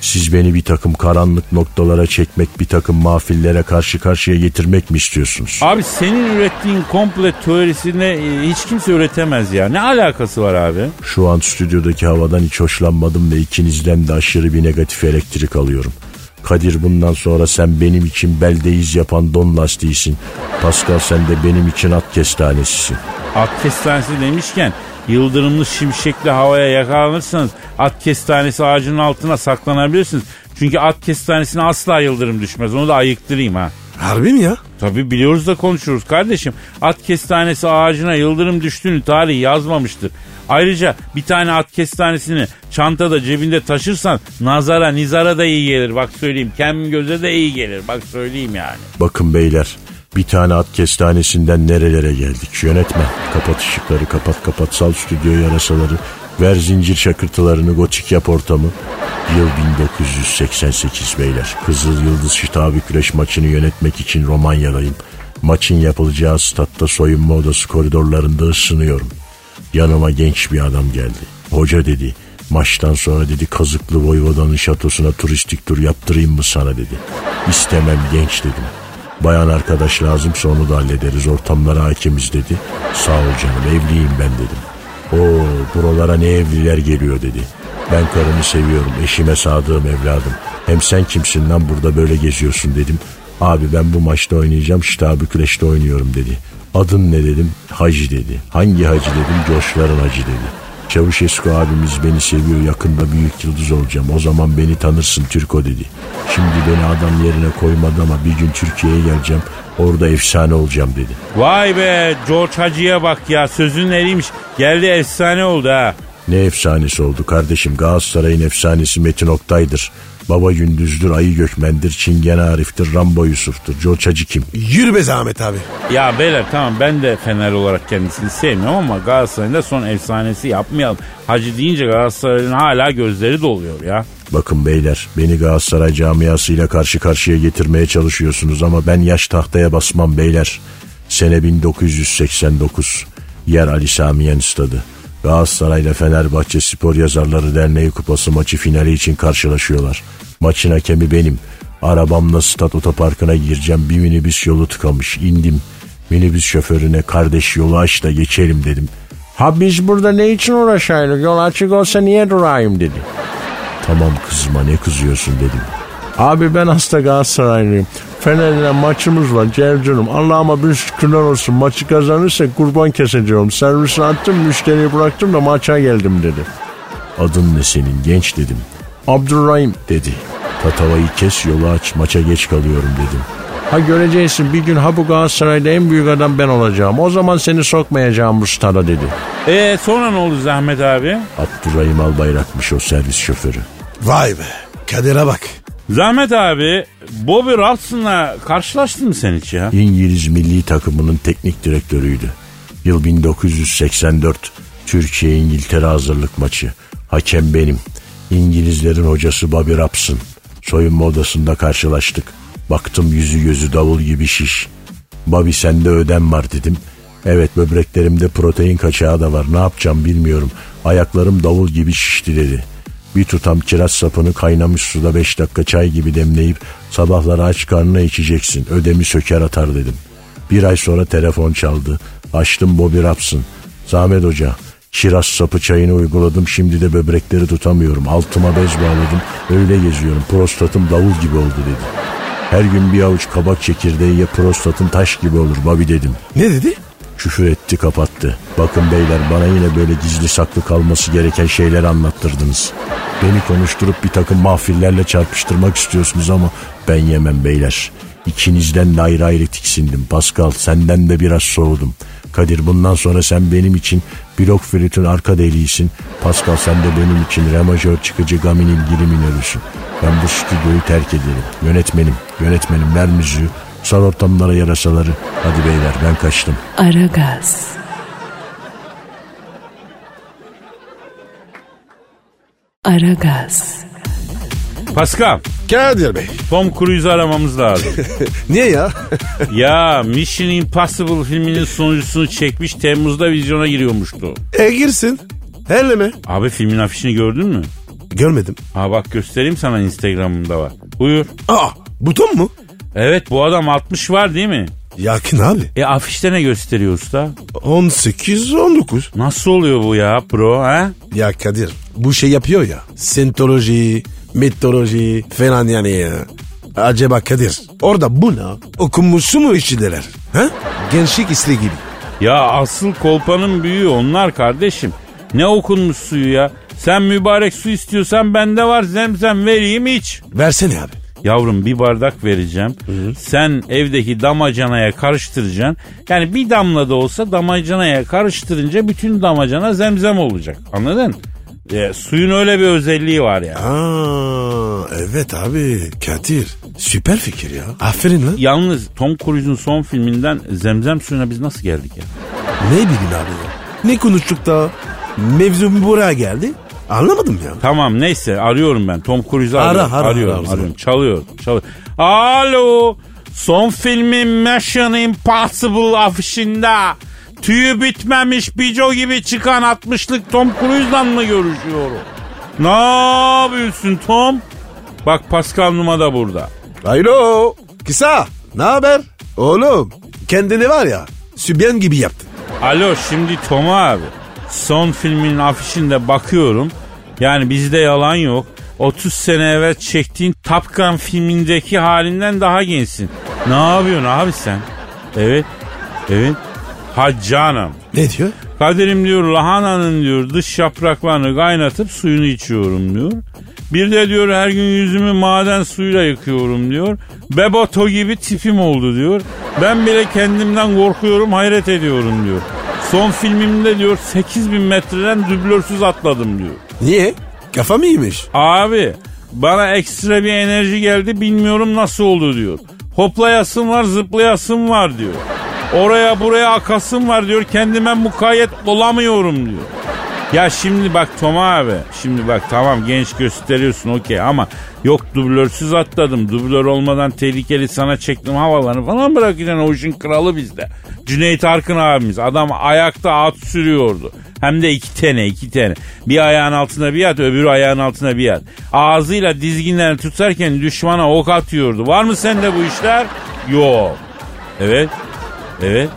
Speaker 5: Siz beni bir takım karanlık noktalara çekmek, bir takım mafillere karşı karşıya getirmek mi istiyorsunuz?
Speaker 2: Abi senin ürettiğin komple teorisini e, hiç kimse üretemez ya. Ne alakası var abi?
Speaker 5: Şu an stüdyodaki havadan hiç hoşlanmadım ve ikinizden de aşırı bir negatif elektrik alıyorum. Kadir bundan sonra sen benim için beldeyiz yapan don lastiğisin. Pascal sen de benim için at kestanesisin.
Speaker 2: At kestanesi demişken yıldırımlı şimşekle havaya yakalanırsanız at kestanesi ağacının altına saklanabilirsiniz. Çünkü at kestanesine asla yıldırım düşmez. Onu da ayıktırayım ha.
Speaker 4: Harbi mi ya?
Speaker 2: Tabii biliyoruz da konuşuyoruz kardeşim. At kestanesi ağacına yıldırım düştüğünü tarih yazmamıştır. Ayrıca bir tane at kestanesini çantada cebinde taşırsan nazara nizara da iyi gelir. Bak söyleyeyim kem göze de iyi gelir. Bak söyleyeyim yani.
Speaker 5: Bakın beyler bir tane at kestanesinden nerelere geldik yönetmen. Kapat ışıkları kapat kapat sal stüdyo yarasaları. Ver zincir şakırtılarını gotik yap ortamı. Yıl 1988 beyler. Kızıl Yıldız Şitabi Güreş maçını yönetmek için Romanya'dayım. Maçın yapılacağı statta soyunma odası koridorlarında ısınıyorum. Yanıma genç bir adam geldi. Hoca dedi. Maçtan sonra dedi kazıklı Voyvoda'nın şatosuna turistik tur yaptırayım mı sana dedi. İstemem genç dedim. Bayan arkadaş lazımsa onu da hallederiz ortamlara hakimiz dedi. Sağ ol canım evliyim ben dedim. O buralara ne evliler geliyor dedi. Ben karımı seviyorum eşime sadığım evladım. Hem sen kimsin lan burada böyle geziyorsun dedim. Abi ben bu maçta oynayacağım Şita Bükreş'te oynuyorum dedi. Adın ne dedim? Hacı dedi. Hangi hacı dedim? Coşların hacı dedi. Çavuş Esko abimiz beni seviyor yakında büyük yıldız olacağım. O zaman beni tanırsın Türko dedi. Şimdi beni adam yerine koymadı ama bir gün Türkiye'ye geleceğim. Orada efsane olacağım dedi.
Speaker 2: Vay be George Hacı'ya bak ya sözün eriymiş. Geldi efsane oldu ha.
Speaker 5: Ne efsanesi oldu kardeşim Galatasaray'ın efsanesi Metin Oktay'dır. Baba Gündüz'dür, Ayı Gökmen'dir, Çingene Arif'tir, Rambo Yusuf'tur. George Hacı kim?
Speaker 4: Yürü be zahmet abi.
Speaker 2: Ya beyler tamam ben de Fener olarak kendisini sevmiyorum ama Galatasaray'ın da son efsanesi yapmayalım. Hacı deyince Galatasaray'ın hala gözleri doluyor ya.
Speaker 5: Bakın beyler beni Galatasaray camiasıyla karşı karşıya getirmeye çalışıyorsunuz ama ben yaş tahtaya basmam beyler. Sene 1989. Yer Ali Samiyen Stadı. Galatasaray ile Fenerbahçe Spor Yazarları Derneği Kupası maçı finali için karşılaşıyorlar. Maçın hakemi benim. Arabamla stat otoparkına gireceğim bir minibüs yolu tıkamış indim. Minibüs şoförüne kardeş yolu aç da geçelim dedim. Ha biz burada ne için uğraşaydık yol açık olsa niye durayım dedi. Tamam kızma ne kızıyorsun dedim. Abi ben hasta Galatasaraylıyım. Fener'le maçımız var Cevcun'um. Allah'ıma bir şükürler olsun. Maçı kazanırsak kurban keseceğim. Servisini attım müşteriyi bıraktım da maça geldim dedi. Adın ne senin genç dedim. Abdurrahim dedi. Tatavayı kes yolu aç maça geç kalıyorum dedim. Ha göreceksin bir gün ha bu Galatasaray'da en büyük adam ben olacağım. O zaman seni sokmayacağım bu stada dedi.
Speaker 2: E sonra ne oldu Zahmet abi?
Speaker 5: Abdurrahim Albayrak'mış o servis şoförü.
Speaker 4: Vay be. Kader'e bak.
Speaker 2: Zahmet abi Bobby Robson'la karşılaştın mı sen hiç ya?
Speaker 5: İngiliz milli takımının teknik direktörüydü. Yıl 1984 Türkiye-İngiltere hazırlık maçı. Hakem benim. İngilizlerin hocası Bobby Robson. Soyunma odasında karşılaştık. Baktım yüzü gözü davul gibi şiş. Bobby sende ödem var dedim. Evet böbreklerimde protein kaçağı da var ne yapacağım bilmiyorum. Ayaklarım davul gibi şişti dedi. Bir tutam kiraz sapını kaynamış suda 5 dakika çay gibi demleyip sabahları aç karnına içeceksin. Ödemi söker atar dedim. Bir ay sonra telefon çaldı. Açtım Bobby Robson. Zahmet Hoca. Kiraz sapı çayını uyguladım. Şimdi de böbrekleri tutamıyorum. Altıma bez bağladım. Öyle geziyorum. Prostatım davul gibi oldu dedi. Her gün bir avuç kabak çekirdeği ye prostatın taş gibi olur Bobby dedim.
Speaker 4: Ne dedi?
Speaker 5: Küfür etti kapattı. Bakın beyler bana yine böyle gizli saklı kalması gereken şeyler anlattırdınız. Beni konuşturup bir takım mahfillerle çarpıştırmak istiyorsunuz ama ben yemem beyler. İkinizden de ayrı ayrı tiksindim. Pascal senden de biraz soğudum. Kadir bundan sonra sen benim için blok flütün arka deliğisin. Pascal sen de benim için remajör çıkıcı gaminin giri minörüsün. Ben bu stüdyoyu terk ederim. Yönetmenim, yönetmenim ver müziği. Sal ortamlara yarasaları. Hadi beyler ben kaçtım.
Speaker 1: Aragaz. Aragaz.
Speaker 2: Pascal
Speaker 4: Kadir Bey.
Speaker 2: Tom Cruise'u aramamız lazım.
Speaker 4: Niye ya?
Speaker 2: ya Mission Impossible filminin sonuncusunu çekmiş Temmuz'da vizyona giriyormuştu.
Speaker 4: e girsin. Hele mi?
Speaker 2: Abi filmin afişini gördün mü?
Speaker 4: Görmedim.
Speaker 2: Ha bak göstereyim sana Instagram'ımda var. Buyur.
Speaker 4: Aa buton mu?
Speaker 2: Evet bu adam 60 var değil mi?
Speaker 4: Yakın abi.
Speaker 2: E afişte ne gösteriyor usta?
Speaker 4: 18-19.
Speaker 2: Nasıl oluyor bu ya bro ha?
Speaker 4: Ya Kadir bu şey yapıyor ya. Sentoloji, mitoloji falan yani. ya. Acaba Kadir orada bu ne? Okunmuşu mu işçiler? Ha? Gençlik isli gibi.
Speaker 2: Ya asıl kolpanın büyüğü onlar kardeşim. Ne okunmuş suyu ya? Sen mübarek su istiyorsan bende var zemzem vereyim iç.
Speaker 4: Versene abi.
Speaker 2: Yavrum bir bardak vereceğim. Sen evdeki damacanaya karıştıracaksın. Yani bir damla da olsa damacanaya karıştırınca bütün damacana zemzem olacak. Anladın? E, suyun öyle bir özelliği var yani.
Speaker 4: Aa, evet abi Kadir süper fikir ya. Aferin lan.
Speaker 2: Yalnız Tom Cruise'un son filminden zemzem suyuna biz nasıl geldik ya?
Speaker 4: Ne bileyim abi ya. Ne konuştuk da mevzu buraya geldi. Anlamadım ya.
Speaker 2: Tamam neyse arıyorum ben. Tom Cruise'u
Speaker 4: Ara,
Speaker 2: arıyorum.
Speaker 4: ara,
Speaker 2: arıyorum,
Speaker 4: ara.
Speaker 2: arıyorum. Çalıyor, çalıyor. Alo. Son filmin Mission Impossible afişinde tüyü bitmemiş bico gibi çıkan 60'lık Tom Cruise'la mı görüşüyorum? Ne yapıyorsun Tom? Bak Pascal Numa da burada.
Speaker 4: Alo. Kısa. Ne haber? Oğlum kendini var ya sübyen gibi yaptın.
Speaker 2: Alo şimdi Tom abi. Son filmin afişinde bakıyorum. Yani bizde yalan yok. 30 sene evvel çektiğin Top Gun filmindeki halinden daha gençsin. Ne yapıyorsun abi sen? Evet. Evet. Ha canım.
Speaker 4: Ne diyor?
Speaker 2: Kadir'im diyor lahananın diyor dış yapraklarını kaynatıp suyunu içiyorum diyor. Bir de diyor her gün yüzümü maden suyuyla yıkıyorum diyor. Beboto gibi tipim oldu diyor. Ben bile kendimden korkuyorum hayret ediyorum diyor. Son filmimde diyor 8000 metreden dublörsüz atladım diyor.
Speaker 4: Niye? Kafam iyiymiş.
Speaker 2: Abi bana ekstra bir enerji geldi bilmiyorum nasıl oldu diyor. Hoplayasım var zıplayasım var diyor. Oraya buraya akasım var diyor kendime mukayyet olamıyorum diyor. Ya şimdi bak Tom abi şimdi bak tamam genç gösteriyorsun okey ama yok dublörsüz atladım dublör olmadan tehlikeli sana çektim havalarını falan bırakacağın o işin kralı bizde. Cüneyt Arkın abimiz adam ayakta at sürüyordu. Hem de iki tane iki tane. Bir ayağın altına bir at öbürü ayağın altına bir at. Ağzıyla dizginlerini tutarken düşmana ok atıyordu. Var mı sende bu işler? Yok. Evet. Evet.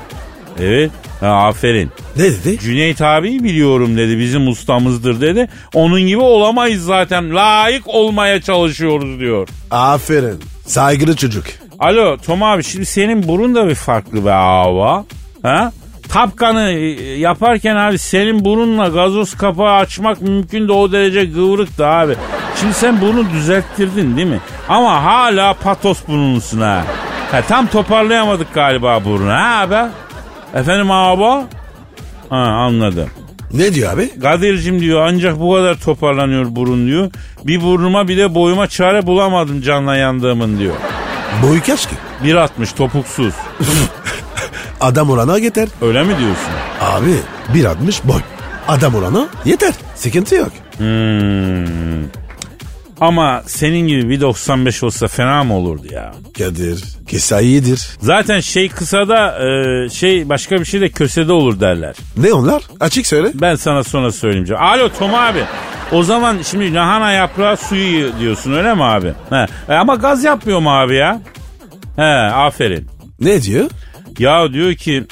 Speaker 2: Evet. Ha, aferin.
Speaker 4: Ne dedi?
Speaker 2: Cüneyt abi biliyorum dedi bizim ustamızdır dedi. Onun gibi olamayız zaten layık olmaya çalışıyoruz diyor.
Speaker 4: Aferin. Saygılı çocuk.
Speaker 2: Alo Tom abi şimdi senin burun da bir farklı be hava. Ha? Tapkanı e, yaparken abi senin burunla gazoz kapağı açmak mümkün de o derece kıvrık da abi. Şimdi sen bunu düzelttirdin değil mi? Ama hala patos burunlusun ha. ha tam toparlayamadık galiba burnu ha abi. Efendim abi? Ha anladım.
Speaker 4: Ne diyor abi?
Speaker 2: Kadir'cim diyor ancak bu kadar toparlanıyor burun diyor. Bir burnuma bir de boyuma çare bulamadım canla yandığımın diyor.
Speaker 4: Boyu kaç ki?
Speaker 2: 1.60 topuksuz.
Speaker 4: Adam olana yeter.
Speaker 2: Öyle mi diyorsun?
Speaker 4: Abi 1.60 boy. Adam olana yeter. Sıkıntı yok.
Speaker 2: Hmm. Ama senin gibi bir 95 olsa fena mı olurdu ya?
Speaker 4: Kadir. Kısa iyidir.
Speaker 2: Zaten şey kısada e, şey başka bir şey de kösede olur derler.
Speaker 4: Ne onlar? Açık söyle.
Speaker 2: Ben sana sonra söyleyeceğim. Alo Tom abi. O zaman şimdi lahana yaprağı suyu diyorsun öyle mi abi? He. E, ama gaz yapmıyor mu abi ya? He aferin.
Speaker 4: Ne diyor?
Speaker 2: Ya diyor ki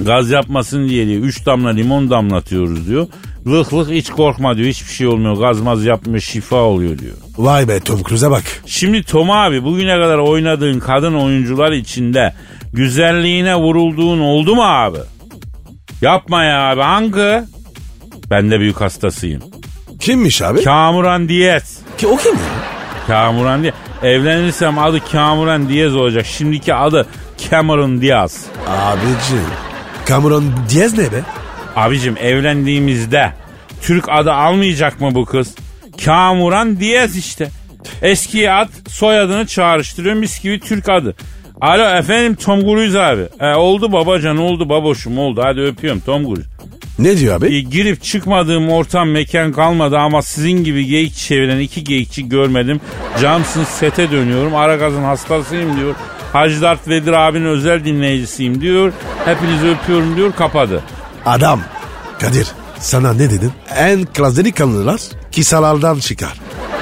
Speaker 2: gaz yapmasın diye diyor. Üç damla limon damlatıyoruz diyor. Lık lık hiç korkma diyor. Hiçbir şey olmuyor. Gazmaz yapmıyor. Şifa oluyor diyor.
Speaker 4: Vay be Tom Cruise'a bak.
Speaker 2: Şimdi Tom abi bugüne kadar oynadığın kadın oyuncular içinde güzelliğine vurulduğun oldu mu abi? Yapma ya abi. Hangi? Ben de büyük hastasıyım.
Speaker 4: Kimmiş abi?
Speaker 2: Kamuran Diyez.
Speaker 4: Ki o kim ya?
Speaker 2: Kamuran Diyez. Evlenirsem adı Kamuran Diyez olacak. Şimdiki adı Cameron Diaz.
Speaker 4: Abicim. Cameron Diaz ne be?
Speaker 2: Abicim evlendiğimizde Türk adı almayacak mı bu kız? Kamuran Diyez işte. Eski ad soyadını çağrıştırıyor mis gibi Türk adı. Alo efendim Tom Cruise abi. E, oldu babacan oldu baboşum oldu hadi öpüyorum Tom Cruise.
Speaker 4: Ne diyor abi?
Speaker 2: E, girip çıkmadığım ortam mekan kalmadı ama sizin gibi geyik çeviren iki geyikçi görmedim. Camsın sete dönüyorum. Aragaz'ın hastasıyım diyor. Hacı Dert Vedir abinin özel dinleyicisiyim diyor. Hepinizi öpüyorum diyor kapadı.
Speaker 4: Adam. Kadir sana ne dedim? En klasik kanlılar kisalardan çıkar.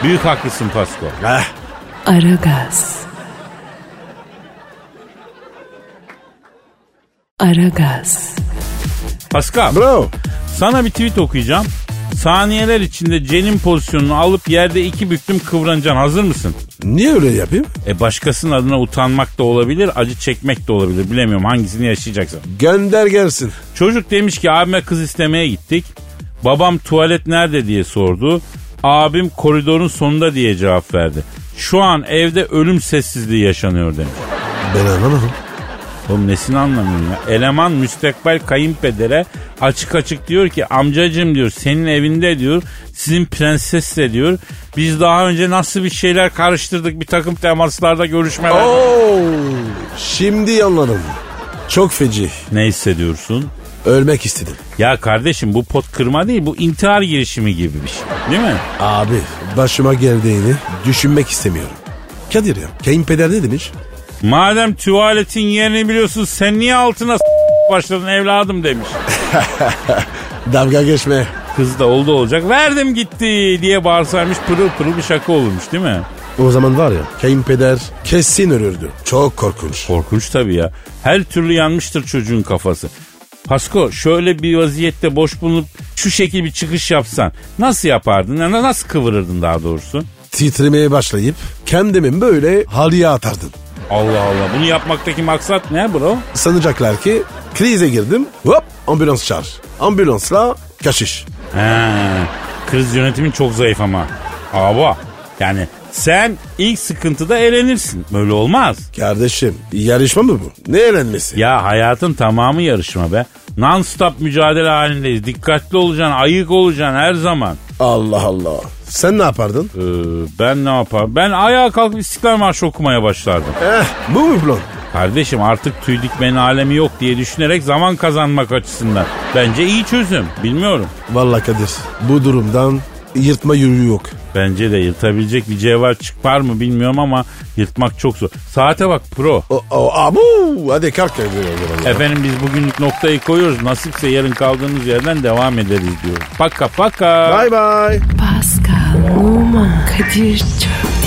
Speaker 2: Büyük haklısın Pasko.
Speaker 4: Eh.
Speaker 1: Aragaz. Aragaz.
Speaker 2: Paskal
Speaker 4: Bro.
Speaker 2: sana bir tweet okuyacağım. Saniyeler içinde Cen'in pozisyonunu alıp yerde iki büktüm kıvranacaksın. Hazır mısın?
Speaker 4: Niye öyle yapayım?
Speaker 2: E başkasının adına utanmak da olabilir, acı çekmek de olabilir. Bilemiyorum hangisini yaşayacaksın.
Speaker 4: Gönder gelsin.
Speaker 2: Çocuk demiş ki abime kız istemeye gittik. Babam tuvalet nerede diye sordu. Abim koridorun sonunda diye cevap verdi. Şu an evde ölüm sessizliği yaşanıyor demiş.
Speaker 4: Ben anlamadım.
Speaker 2: Oğlum nesini anlamıyorum ya. Eleman müstakbel kayınpedere açık açık diyor ki amcacım diyor senin evinde diyor sizin prensesle diyor. Biz daha önce nasıl bir şeyler karıştırdık bir takım temaslarda görüşmeler.
Speaker 4: Oo, şimdi anladım. Çok feci.
Speaker 2: Ne hissediyorsun?
Speaker 4: Ölmek istedim.
Speaker 2: Ya kardeşim bu pot kırma değil bu intihar girişimi gibi bir şey değil mi?
Speaker 4: Abi başıma geldiğini düşünmek istemiyorum. Kadir ya kayınpeder ne demiş?
Speaker 2: Madem tuvaletin yerini biliyorsun sen niye altına s- başladın evladım demiş.
Speaker 4: Dalga geçme.
Speaker 2: Kız da oldu olacak verdim gitti diye bağırsaymış pırıl pırıl bir şaka olurmuş değil mi?
Speaker 4: O zaman var ya kayınpeder kesin ölürdü. Çok korkunç.
Speaker 2: Korkunç tabii ya. Her türlü yanmıştır çocuğun kafası. Pasko şöyle bir vaziyette boş bulunup şu şekil bir çıkış yapsan nasıl yapardın? Ya na- nasıl kıvırırdın daha doğrusu?
Speaker 4: Titremeye başlayıp kendimi böyle halıya atardım.
Speaker 2: Allah Allah bunu yapmaktaki maksat ne bro?
Speaker 4: Sanacaklar ki krize girdim. Hop ambulans çağır. Ambulansla kaçış.
Speaker 2: He, kriz yönetimin çok zayıf ama. Aba yani sen ilk sıkıntıda eğlenirsin. Böyle olmaz.
Speaker 4: Kardeşim yarışma mı bu? Ne eğlenmesi?
Speaker 2: Ya hayatın tamamı yarışma be. Non-stop mücadele halindeyiz. Dikkatli olacaksın, ayık olacaksın her zaman.
Speaker 4: Allah Allah. Sen ne yapardın?
Speaker 2: Ee, ben ne yapar? Ben ayağa kalkıp İstiklal Marşı okumaya başlardım.
Speaker 4: Eh, bu mu plan?
Speaker 2: Kardeşim artık tüy dikmenin alemi yok diye düşünerek zaman kazanmak açısından. Bence iyi çözüm. Bilmiyorum.
Speaker 4: Vallahi Kadir bu durumdan yırtma yürü yok.
Speaker 2: Bence de yırtabilecek bir cevher çıkar mı bilmiyorum ama yırtmak çok zor. Saate bak pro.
Speaker 4: O, o, abu, hadi kalk Kadir o zaman ya.
Speaker 2: Efendim biz bugünlük noktayı koyuyoruz. Nasipse yarın kaldığımız yerden devam ederiz diyor. Paka paka.
Speaker 4: Bye bye.
Speaker 1: Pascal, Oman, Kadir çok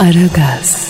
Speaker 1: Aragaz.